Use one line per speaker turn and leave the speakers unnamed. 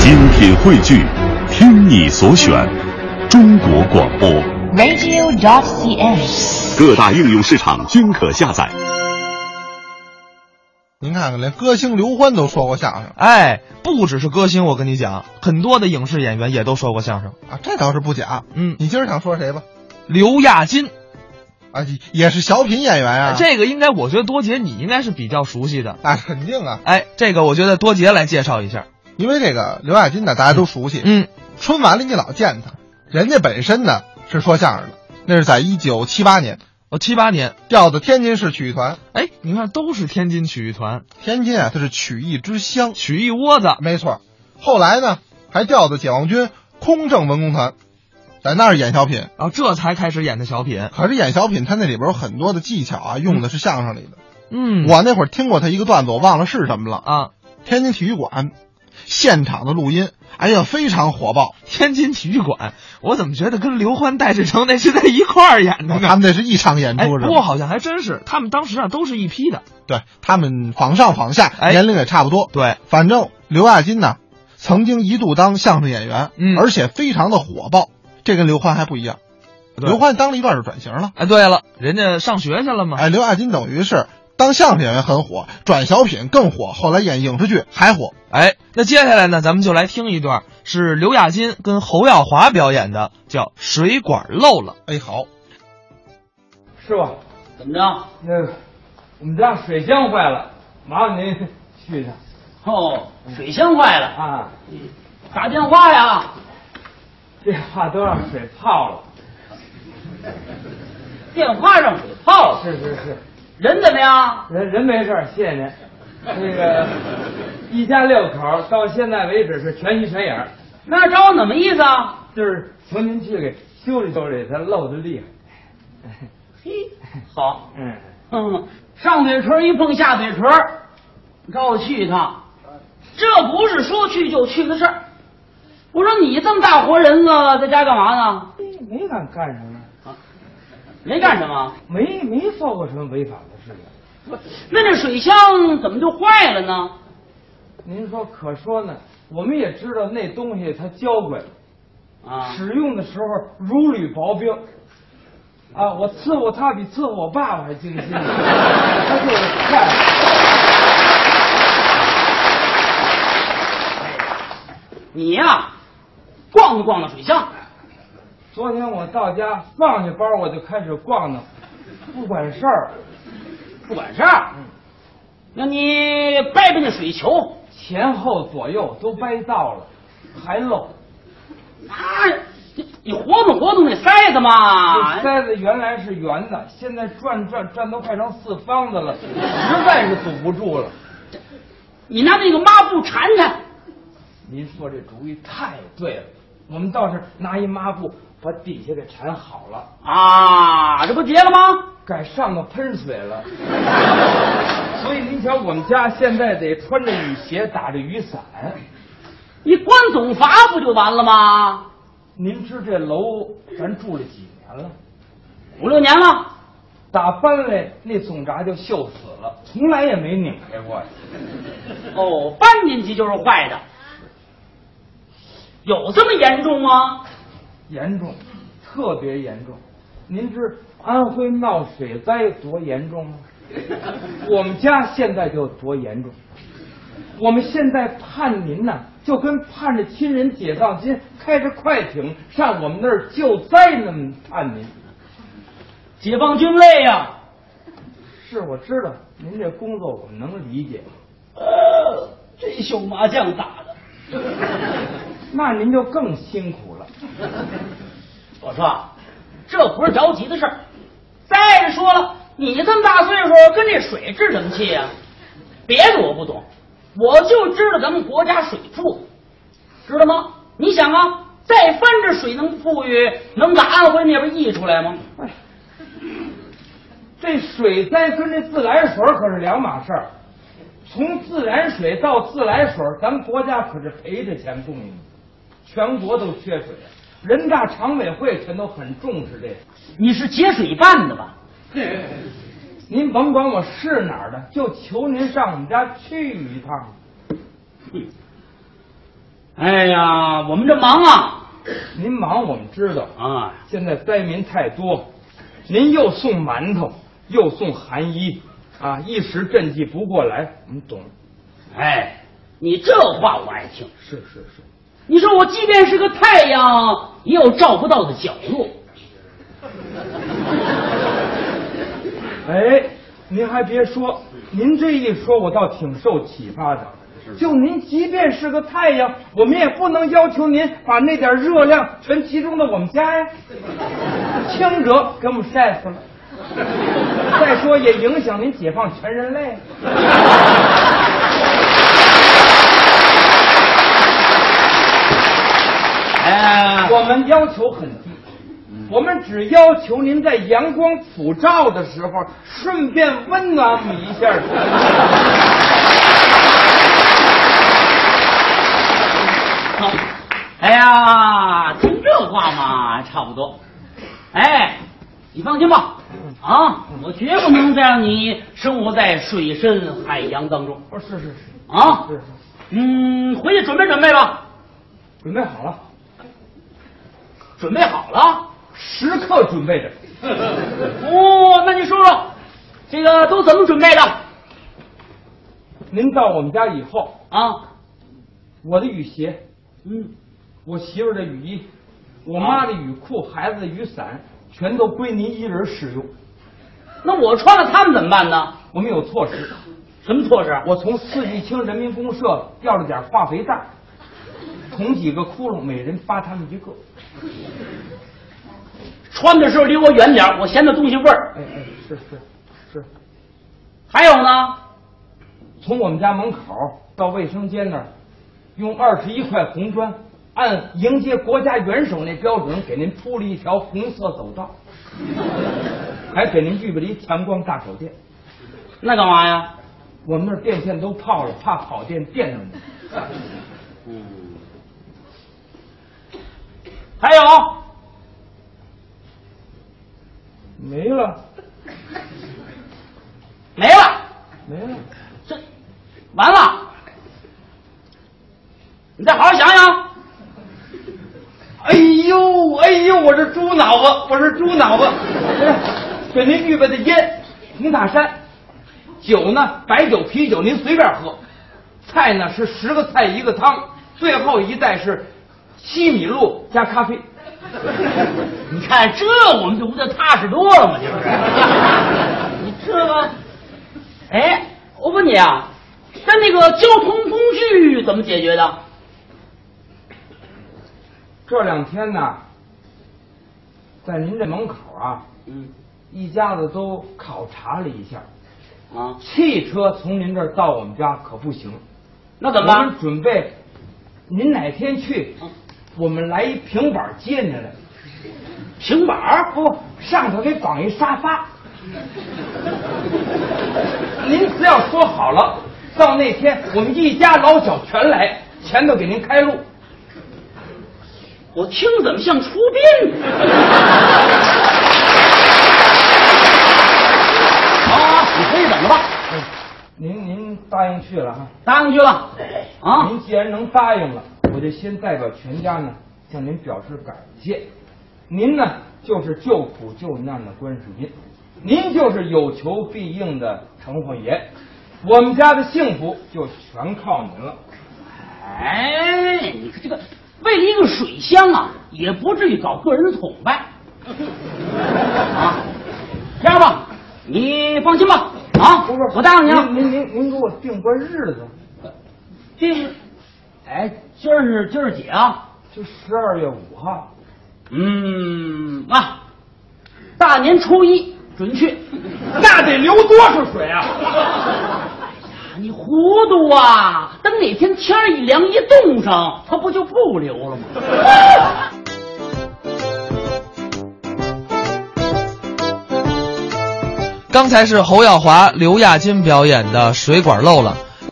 精品汇聚，听你所选，中国广播。
radio.cn。
各大应用市场均可下载。
您看看，连歌星刘欢都说过相声
哎，不只是歌星，我跟你讲，很多的影视演员也都说过相声。
啊，这倒是不假。
嗯，
你今儿想说谁吧？
刘亚金，
啊，也也是小品演员啊。
这个应该我觉得多杰你应该是比较熟悉的。
啊，肯定啊，
哎，这个我觉得多杰来介绍一下。
因为这个刘亚金呢，大家都熟悉。
嗯，
春晚里你老见他，人家本身呢是说相声的，那是在一九七八年
我哦七八年，
调的天津市曲艺团。
哎，你看都是天津曲艺团，
天津啊，它是曲艺之乡，
曲艺窝子。
没错。后来呢，还调的解放军空政文工团，在那儿演小品。
然后这才开始演的小品。
可是演小品，他那里边有很多的技巧啊，用的是相声里的。
嗯，
我那会儿听过他一个段子，我忘了是什么了。
啊，
天津体育馆现场的录音，哎呀，非常火爆。
天津体育馆，我怎么觉得跟刘欢、戴志诚那是在一块儿演的
他
呢？
们那是一场演
哎，
出
不
是
过
吧？
好像还真是，他们当时啊都是一批的。
对他们仿上仿下，
哎
年龄也差不多。
对，
反正刘亚金呢，曾经一度当相声演员，
嗯
而且非常的火爆。这跟刘欢还不一样，
对
刘欢当了一段就转型了。
哎，对了，人家上学去了嘛。
哎，刘亚金等于是当相声演员很火，转小品更火，后来演影视剧还火。
哎，那接下来呢，咱们就来听一段是刘亚金跟侯耀华表演的，叫《水管漏了
哎，好，
师傅，
怎么着？
那个我们家水箱坏了，麻烦您续上
哦，水箱坏了，
啊！
打电话呀！
这话都让水泡了，
电话让水泡了，
是是是，
人怎么样？
人人没事儿，谢谢您。那个一家六口到现在为止是全心全影儿，
那找我怎么意思啊？
就是从您去给修理修理，它漏的厉害。
嘿，好，
嗯，
嗯，上嘴唇一碰下嘴唇儿，你找我去一趟，这不是说去就去的事儿。我说你这么大活人了，在家干嘛呢？
没敢干什么，
没干什么。
没没做过什么违法的事情。
那这水箱怎么就坏了呢？
您说可说呢，我们也知道那东西它娇贵，
啊，
使用的时候如履薄冰。啊，我伺候他比伺候我爸爸还精心呢，他就是快。
你呀、逛着逛着水箱，
昨天我到家放下包，我就开始逛呢，不管事儿，
不管事儿。
嗯
那你掰掰那水球，
前后左右都掰到了，还漏。
那、你你活动活动那塞子嘛
这。塞子原来是圆的，现在转转转都快成四方的了，实在是堵不住了。
你拿那个抹布缠缠，
您说这主意太对了，我们倒是拿一抹布把底下给缠好了，
啊，这不结了吗？
改上头喷水了。所以您瞧，我们家现在得穿着雨鞋，打着雨伞。
你关总罚不就完了吗？
您知这楼咱住了几年了？
五六年了，
打搬来那总闸就锈死了，从来也没拧开过。
哦，搬进去就是坏的，有这么严重吗？
严重，特别严重。您知安徽闹水灾多严重吗？我们家现在就多严重。我们现在盼您呐、就跟盼着亲人解放军开着快艇上我们那儿救灾那么盼您。
解放军累啊呀、
是，我知道您这工作我能理解，
呃，这宿麻将打的。
那您就更辛苦了。
我说啊，这不是着急的事儿。再说了，你这么大岁数，跟这水置什么气啊？别的我不懂，我就知道咱们国家水富，知道吗？你想啊，再翻这水能富裕，能把安徽那边溢出来吗？
这水灾跟这自来水可是两码事儿。从自然水到自来水，咱们国家可是赔着钱供应的，全国都缺水。人大常委会全都很重视这个。
你是节水办的吧？
您甭管我是哪儿的，就求您上我们家去一趟。
哎呀，我们这忙啊
您忙我们知道，
啊，
现在灾民太多，您又送馒头，又送寒衣，啊，一时赈济不过来，我们懂。
哎，你这话我爱听。
是是是，
你说我即便是个太阳，也有照不到的角落。
哎，您还别说，您这一说，我倒挺受启发的。就您，即便是个太阳，我们也不能要求您把那点热量全集中到我们家呀，轻者给我们晒死了。再说，也影响您解放全人类。
哎，
我们要求很低，我们只要求您在阳光普照的时候，顺便温暖我们一下儿。
哎呀，听这话嘛，差不多。哎，你放心吧，啊，我绝不能再让你生活在水深海洋当中
哦，是是是，
啊
是。是，
嗯，回去准备准备吧，
准备好了，
准备好了。
时刻准备着。
哦，那你说说，这个都怎么准备的
您到我们家以后，
啊？
我的雨鞋，
嗯，
我媳妇儿的雨衣，我妈的雨裤，孩子的雨伞，全都归您一人使用。
那我穿了他们怎么办呢？
我们有措施，
什么措施？啊
我从四季青人民公社要了点化肥袋，捅几个窟窿，每人发他们一个。
穿的时候离我远点儿，我嫌那东西味儿。
哎哎，是是是，
还有呢，
从我们家门口到卫生间那儿，用二十一块红砖，按迎接国家元首那标准，给您铺了一条红色走道， 还给您预备了一强光大手电。
那干嘛呀？
我们那儿电线都泡了，怕跑电电着你。
还有，
没了，
没了，
没了，
这完了。你再好好想想。
哎呦，哎呦，我是猪脑子，我是猪脑子。 给您预备的烟，红塔山；酒呢，白酒、啤酒，您随便喝。菜呢是十个菜一个汤，最后一袋是西米露加咖啡。
你看这我们就不就踏实多了吗？这不是？你这个，哎，我问你啊，那那个交通工具怎么解决的？
这两天呢，在您这门口啊，
嗯，
一家子都考察了一下，
啊，
汽车从您这儿到我们家可不行。
那怎么
我
办
们？准备，您哪天去
嗯，
我们来一平板接您来。
平板儿
不，上头给绑一沙 发。您只要说好了，到那天我们一家老小全来，全都给您开路。
我听怎么像出殡呢？ 好好，好你回去等着吧。
哎您您答应去了哈、
答应去了啊？
您既然能答应了，我就先代表全家呢向您表示感谢。您呢就是救苦救难的观世音，您就是有求必应的程凤爷，我们家的幸福就全靠您了。
哎，你这个为了一个水乡啊，也不至于搞个人的崇拜啊。这样吧，你放心吧啊，
不是，
我答应你啊。
您您您您给我定个日子，
这是，哎，今儿是今儿是几啊？
就十二月五号。
嗯啊，大年初一准确。
那得流多少水啊？
你糊涂啊！等哪天天儿一凉一冻上，它不就不流了吗？
刚才是侯耀华、刘亚金表演的《水管漏了》，